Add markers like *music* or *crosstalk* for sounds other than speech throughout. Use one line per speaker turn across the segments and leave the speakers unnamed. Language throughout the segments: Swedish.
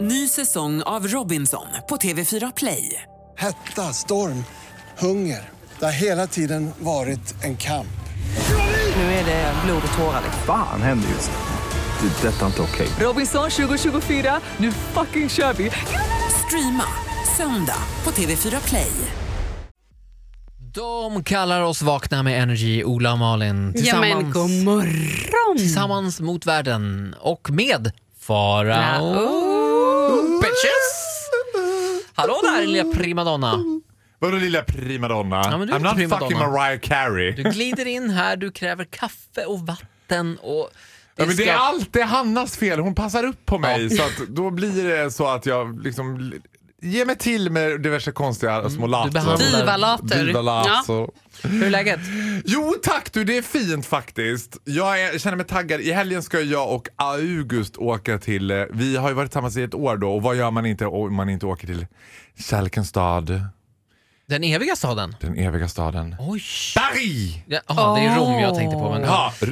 Ny säsong av Robinson på TV4 Play.
Hetta, storm, hunger. Det har hela tiden varit en kamp.
Nu är det blod och tårar. liksom.
Fan händer just nu. Det. är Detta är inte okej.
Robinson 2024, nu fucking kör vi! Streama söndag på TV4 Play.
De kallar oss Vakna med Energy, Ola och Malin
Ja men
tillsammans,
god morgon!
tillsammans mot världen och med Farao.
Oh.
Bitches! Hallå där lilla primadonna.
Vadå lilla primadonna?
men du är
I'm
inte
not
primadonna.
fucking Mariah Carey.
Du glider in här, du kräver kaffe och vatten och...
ja, men det
ska-
är alltid Hannas fel, hon passar upp på mig.
Ja.
Så att då blir det så att jag liksom ger mig till med diverse konstiga små later.
Mm, behandlar-
Divalater.
Divalater.
Hur är läget?
Jo tack du, det är fint faktiskt. Jag är, känner mig taggad. I helgen ska jag och August åka till, eh, vi har ju varit tillsammans i ett år då och vad gör man inte om man inte åker till Kärlekens stad,
Den eviga staden.
den eviga staden.
Oj!
Paris!
Ja, aha, Det är Rom jag tänkte på. Men,
Ja, ja.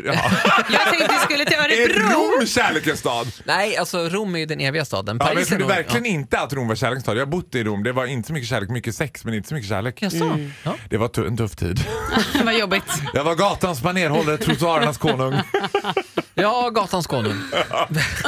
Jag tänkte vi skulle till
*laughs* Är
Örebro.
Rom kärlekens stad?
Nej, alltså Rom är ju den eviga staden.
Ja, men jag
är
trodde
nog-
verkligen inte att Rom var kärlekens stad. Jag bodde i Rom, det var inte så mycket kärlek, mycket sex men inte så mycket kärlek.
Ja. Jaså? Ja.
Det var tu- en
*laughs*
tuff tid.
Vad jobbigt.
Jag var gatans banerhållare, trottoarernas konung.
Ja, Gatans konung.
*laughs*
*laughs*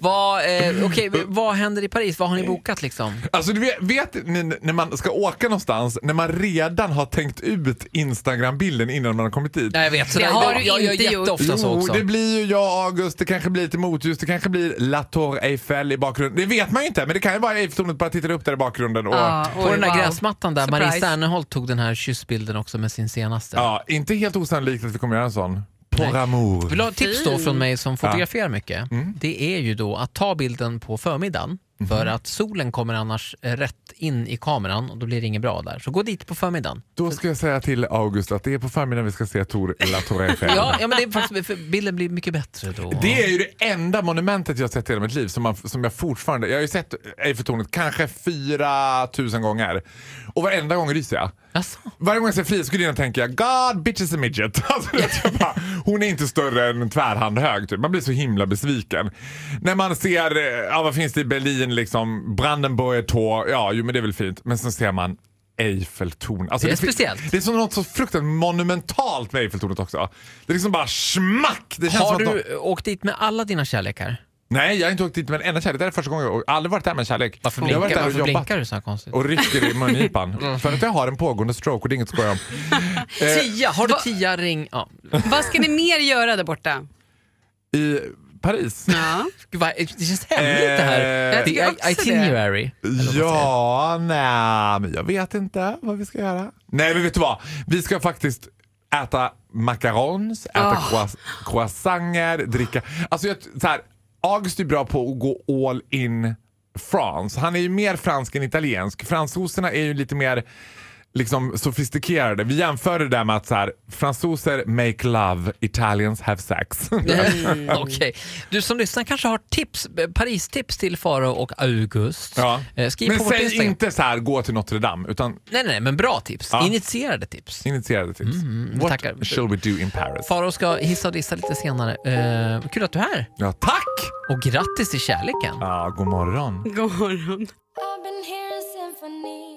vad, eh, okej, vad händer i Paris? Vad har ni bokat liksom?
Alltså du vet, vet ni, n- när man ska åka någonstans, när man redan har tänkt ut Instagram-bilden innan man har kommit dit.
Nej, jag vet.
Det
där-
har
jag,
du
jag gör
inte gjort.
jätteofta så
Jo,
också.
det blir ju jag och August, det kanske blir lite motljus, det kanske blir La Tour Eiffel i bakgrunden. Det vet man ju inte, men det kan ju vara Eiffeltornet bara tittar upp där i bakgrunden. Och,
Ja,
På
oj,
den där
wow.
gräsmattan där, Marie
Surprise.
Serneholt tog den här kyssbilden också med sin senaste.
ja, inte helt osannolikt att vi kommer göra en sån. Pour amour.
Vill du ha ett tips då från mig som fotograferar mycket?
Mm.
Det är ju då att ta bilden på förmiddagen
Mhm.
för att solen kommer annars eh, rätt in i kameran och då blir det inget bra där. Så gå dit på förmiddagen.
Då ska jag säga till August att det är på förmiddagen vi ska se Tor La Tour Eiffel.
Ja, ja men det är faktiskt, för bilden blir mycket bättre då.
Det är ju det enda monumentet jag sett i hela mitt liv som, man, som jag fortfarande... Jag har ju sett Eiffeltornet kanske 4000 gånger och varenda gång ryser jag.
Jaså?
Varje gång jag ser Frida Skolin tänker jag God bitch is a midget. *laughs* Alltså, du vet, jag bara, hon är inte större än en tvärhand hög. Typ. Man blir så himla besviken. När man ser, eh, ja vad finns det i Berlin liksom, Brandenburger Tor, ja jo men det är väl fint. Men sen ser man Eiffeltornet. Alltså,
Det är
fin-
speciellt.
Det är som något så fruktansvärt monumentalt med Eiffeltornet också. Det är liksom bara smack! Det känns
Har
som att de-
du åkt dit med alla dina kärlekar?
Nej, jag har inte åkt dit med en enda kärlek. Det här är första gången jag har aldrig varit där med en kärlek.
Varför
jag har
blinkar,
varit där och
varför
jobbat
blinkar du Mm. så här konstigt?
och rycker
*laughs*
i mungipan. För att jag har en pågående stroke och det är inget att skoja om.
Tia, har du
Va-
tia ring? Ja.
Vad ska ni mer göra där borta?
I Paris?
Ja.
Gud, vad- Det känns hemligt det här.
Eh,
Jag
Det
tycker
är
också
itinerary. eller vad man säger. *laughs*
Ja, nej, men jag vet inte vad vi ska göra. Nej, men vet du vad? Vi ska faktiskt äta macarons, äta croiss- croissanter, dricka... Alltså, jag, så här, August är bra på att gå all in France. Han är ju mer fransk än italiensk. Fransoserna är ju lite mer liksom sofistikerade. Vi jämför det där med att så här, fransoser make love, Italians have sex.
Okej. Du som lyssnar kanske har tips, eh, Paris-tips till Faro och August.
*laughs* ja.
Eh, Skriv
Men
på vårt
säg
Instagram.
inte så här, gå till Notre Dame, utan
Nej, nej, nej, men bra tips.
Ja.
Initierade tips.
Initierade tips. What
tackar.
shall we do in Paris?
Faro ska hissa och dissa lite senare. Eh, kul att du är här
Ja, tack!
och grattis till kärleken.
Ja, god morgon.
God morgon.
I've been hearing symphony.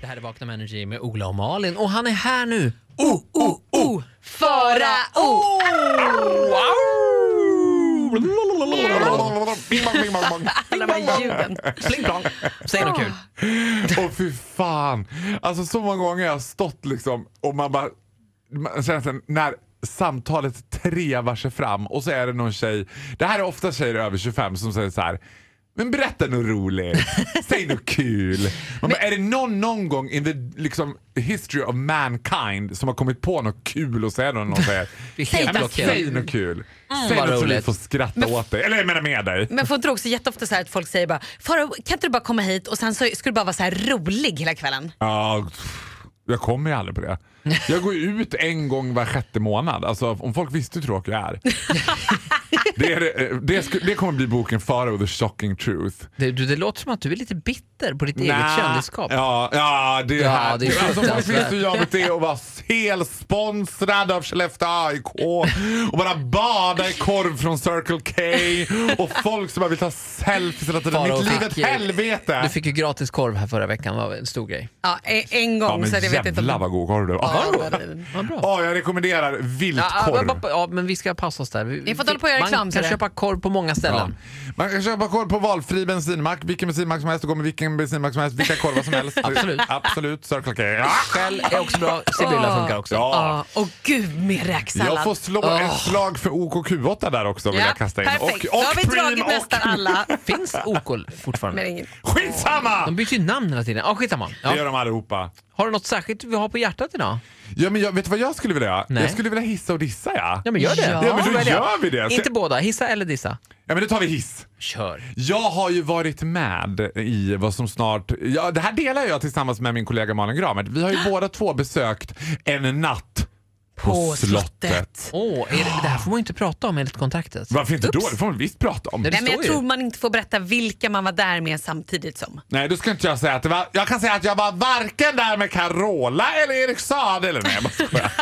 Det här är Vakna med Energy med Ola och Malin och han är här nu. Oh, oh, oh! Farao!
Alla de här ljuden.
Pling plong. Säg något kul.
*laughs* Och fy fan. Alltså så många gånger jag har stått liksom och man bara... Man känner sen när samtalet trevar sig fram och så är det någon tjej. Det här är ofta tjejer över 25 som säger så här. Men berätta något roligt. Säg något kul. Man bara, är det någon, någon gång in the liksom, history of mankind som har kommit på något kul att säga när någon säger
*laughs* Det är helt
"Ja, men
blockerat."
Säg något kul. säg
vad
något så vi
roligt.
får skratta åt dig. Eller jag menar med dig.
Men får inte du också jätteofta så här att folk säger bara Farao kan inte du bara komma hit och sen så ska du bara vara så här rolig hela kvällen.
Ja, pff, jag kommer ju aldrig på det. Jag går ju ut en gång var sjätte månad. Alltså, om folk visste hur tråkig jag är. Det, är, eh, det, sku- det kommer bli boken Farao the shocking truth.
Det, du, det låter som att du är lite bitter på ditt
Nja,
eget kändisskap.
Ja, ja det är
Ja,
här.
det är
alltså, folk
fruktansvärt.
vet hur jobbigt det är att vara helsponsrad av Skellefteå AIK och bara bada i korv från Circle K och folk som bara vill ta selfies hela tiden.
Farao
Mitt liv är
fick ju-
ett helvete!
Du fick ju gratis korv här förra veckan, det var en stor grej.
Ja, e- en gång
ja, men
så att jag vet inte.
jävlar vad god korv det var.
Ja, vad det-
Vad bra.
Ja, jag rekommenderar
Ja,
viltkorv.
men, bara- ja, men vi ska passa oss där. Vi,
Ni får inte hålla på och göra
man
reklam,
kan
ser du.
köpa korv på många
Ja.
ställen.
Man kan köpa korv på valfri bensinmack, vilken bensinmack som helst och gå med vilken bensinmack som helst, vilka korvar som helst.
*laughs* Absolut.
Absolut, Circle K. Ja.
Shell är också bra, Sibylla funkar också.
Ja, och gud med räksallad.
Jag får slå ett slag för OKQ8 där också vill
Ja,
jag kasta in.
Perfekt,
Och,
då har vi
Preem
dragit
och-
nästan alla.
*laughs* Finns OK fortfarande?
Men ingen.
Skitsamma!
De byter ju namn hela tiden. Ja, skitsamma.
Det gör
Ja.
de allihopa.
Har du något särskilt vi har på hjärtat idag?
Ja, men jag, vet du vad jag skulle vilja göra?
Nej.
Jag skulle vilja hissa och dissa ja.
Ja, men gör det.
Ja.
men
Ja,
då
Så väljer jag.
gör vi det. Så-
Inte båda, hissa eller dissa.
Ja, men då tar vi hiss.
Kör.
Jag har ju varit med i vad som snart... Ja, det här delar jag tillsammans med min kollega Malin Gramert. Vi har ju båda två besökt En natt på,
På slottet.
slottet.
Åh, är det, det här får man ju inte prata om enligt kontraktet.
Varför inte då?
Ups.
Det får man visst prata om.
Nej,
Nej, men jag
står ju.
tror man inte får berätta vilka man var där med samtidigt som.
Nej, då ska inte jag säga att det var... Jag kan säga att jag var varken där med Carola eller Erik Saade eller... Nej, jag bara skojar.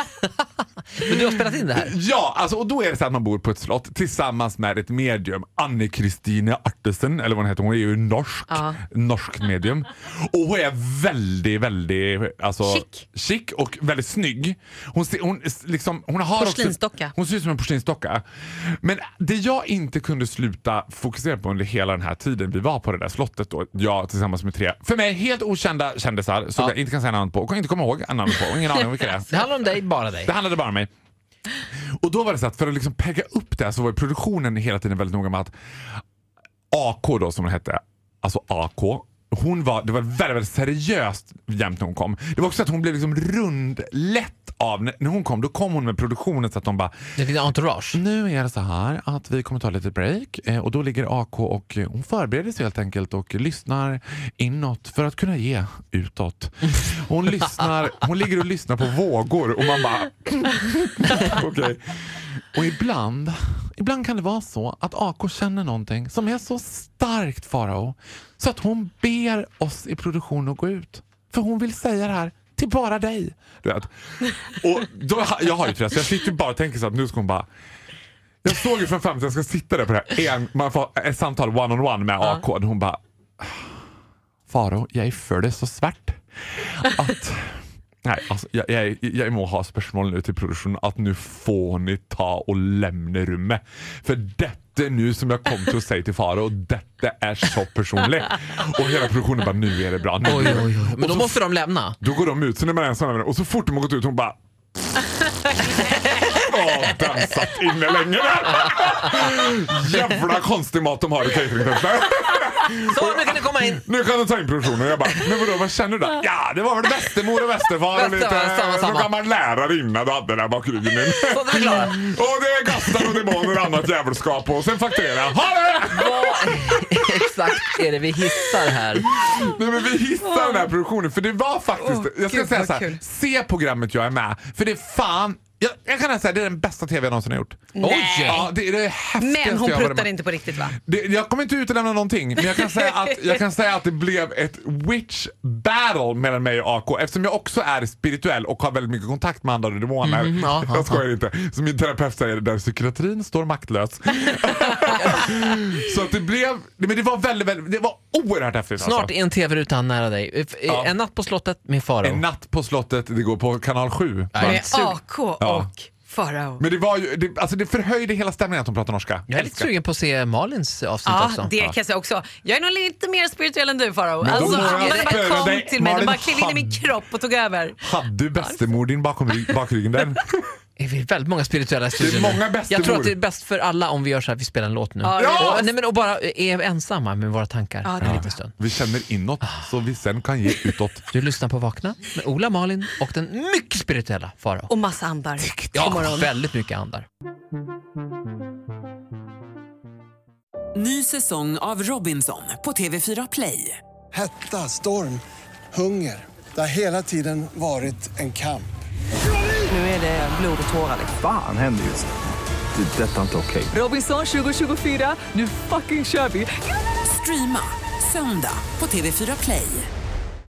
Men du har spelat in det här?
*laughs* Ja, alltså, och då är det så att man bor på ett slott tillsammans med ett medium, Anne-Kristine Artesen, eller vad hon heter. Hon är ju norsk. Norskt medium. Och hon är väldigt, väldigt... Alltså,
Chic.
chic och väldigt snygg. Hon, ser, hon, s- liksom, hon har också-
Porslinsdocka.
Hon ser ut som en porslinsdocka. Men det jag inte kunde sluta fokusera på under hela den här tiden vi var på det där slottet, då, jag tillsammans med tre, för mig helt okända kändisar som jag inte kan säga namn på och kan inte komma ihåg namn på. Ingen aning om vilka det är.
Det handlar om dig, bara dig.
Det handlade bara om mig. Och då var det så att för att liksom pegga upp det här så var ju produktionen hela tiden väldigt noga med att AK då som hon hette, alltså AK, hon var, det var väldigt, väldigt seriöst jämt när hon kom. Det var också att hon blev liksom rundlätt av, när när hon kom då kom hon med produktionen så att de bara
Det är din entourage.
nu är det så här att vi kommer ta lite break eh, och då ligger AK och eh, hon förbereder sig helt enkelt och lyssnar inåt för att kunna ge utåt. *laughs* Hon, lyssnar, hon ligger och lyssnar på vågor och man bara... *laughs* Okej. Och ibland, ibland kan det vara så att AK känner någonting som är så starkt Farao så att hon ber oss i produktionen att gå ut. För hon vill säga det här till bara dig. Du vet. Och då, jag har ju stress, jag sitter ju bara och tänker så att nu ska hon bara jag såg ju framför mig att jag ska sitta där på det här. En, man får ett samtal one-on-one med AK. och Hon bara... Faro, jag följer det så svart att... Nej, alltså, jag, jag, jag må ha spörsmål nu till produktionen att nu får ni ta och lämna rummet. För detta nu som jag kom till att säga till Faro, detta är så personligt. Och hela produktionen bara, nu är det bra. Nu.
Oj, oj, oj. Men då
Och så-
måste de lämna.
då går de ut, sen är man ensam med den. Och så fort de har gått ut, hon bara... Åh, den satt inne länge där! *laughs* Jävla konstig mat de har i cateringfesten.
Så, nu kan ni komma in!
Nu kan de ta in produktionen. Jag bara, men vadå, vad känner du då? Ja, det var väl västermor och västerfar och lite eh,
Västerfar, samma, samma.
någon gammal lärarinna du hade där bak i ryggen.
Så, nu är vi klara.
Och det är gastar och demoner och annat jävelskap och sen fakturera. Ha det!
Vad *laughs* exakt är det vi hissar här?
Alltså. Nej men vi hissar den här produktionen för det var faktiskt, jag ska
gud,
säga
vad
så här,
kul.
se programmet jag är med för det är fan, jag, jag kan säga det är den bästa tv jag någonsin har gjort.
Oj!
Ja, det är det häftigaste
Men hon
jag har varit
pruttade
med-
inte på riktigt va?
det, jag kommer inte utelämna någonting, men jag kan, säga
*laughs*
att, jag kan säga att det blev ett witch battle mellan mig och AK eftersom jag också är spirituell och har väldigt mycket kontakt med andra demoner.
Mhm,
ja, ja,
jag skojar inte. Som min terapeut säger, där psykiatrin står
*laughs*
maktlös. *laughs* Så att det blev, men det var väldigt, väldigt, det var oerhört häftigt.
Snart
alltså.
är en tv-ruta nära dig. F- eh,
Ja.
En natt på slottet med Farao.
En natt på slottet, det går på kanal 7.
Nej.
Med AK
Ja.
och Farao.
Men det var ju, det, alltså det förhöjde hela stämningen att hon pratar norska.
Jag är lite
Älskar.
sugen på att se Malins avsnitt också.
Ja, det kan jag säga också. Jag är nog lite mer spirituell än du Farao.
Men då
Alltså,
må jag
andarna bara
spöra
kom
dig,
till mig, de
Malin
bara klev in i min
Hand.
kropp och tog över.
Hade du bestemor din bakom rygg- bakryggen den?
Är vi väldigt många spirituella i studion
många
nu?
bästemor.
Jag tror att det är bäst för alla om vi gör så här, vi spelar en låt nu.
Ja!
Och, nej, men, och bara eh, är ensamma med våra tankar
Ja, det
en
är
liten stund.
Vi känner inåt så vi sen kan ge utåt.
Du lyssnar på Vakna med Ola, Malin och den mycket spirituella Farao.
Och massa andar. God
Ja,
morgon.
väldigt mycket andar.
Ny säsong av Robinson på TV4 Play.
Hetta, storm, hunger. Det har hela tiden varit en kamp.
Nu är det blod och tårar.
Fan händer just det. Det, detta är inte okej.
Robinson 2024, nu fucking kör vi! Streama söndag på TV4 Play.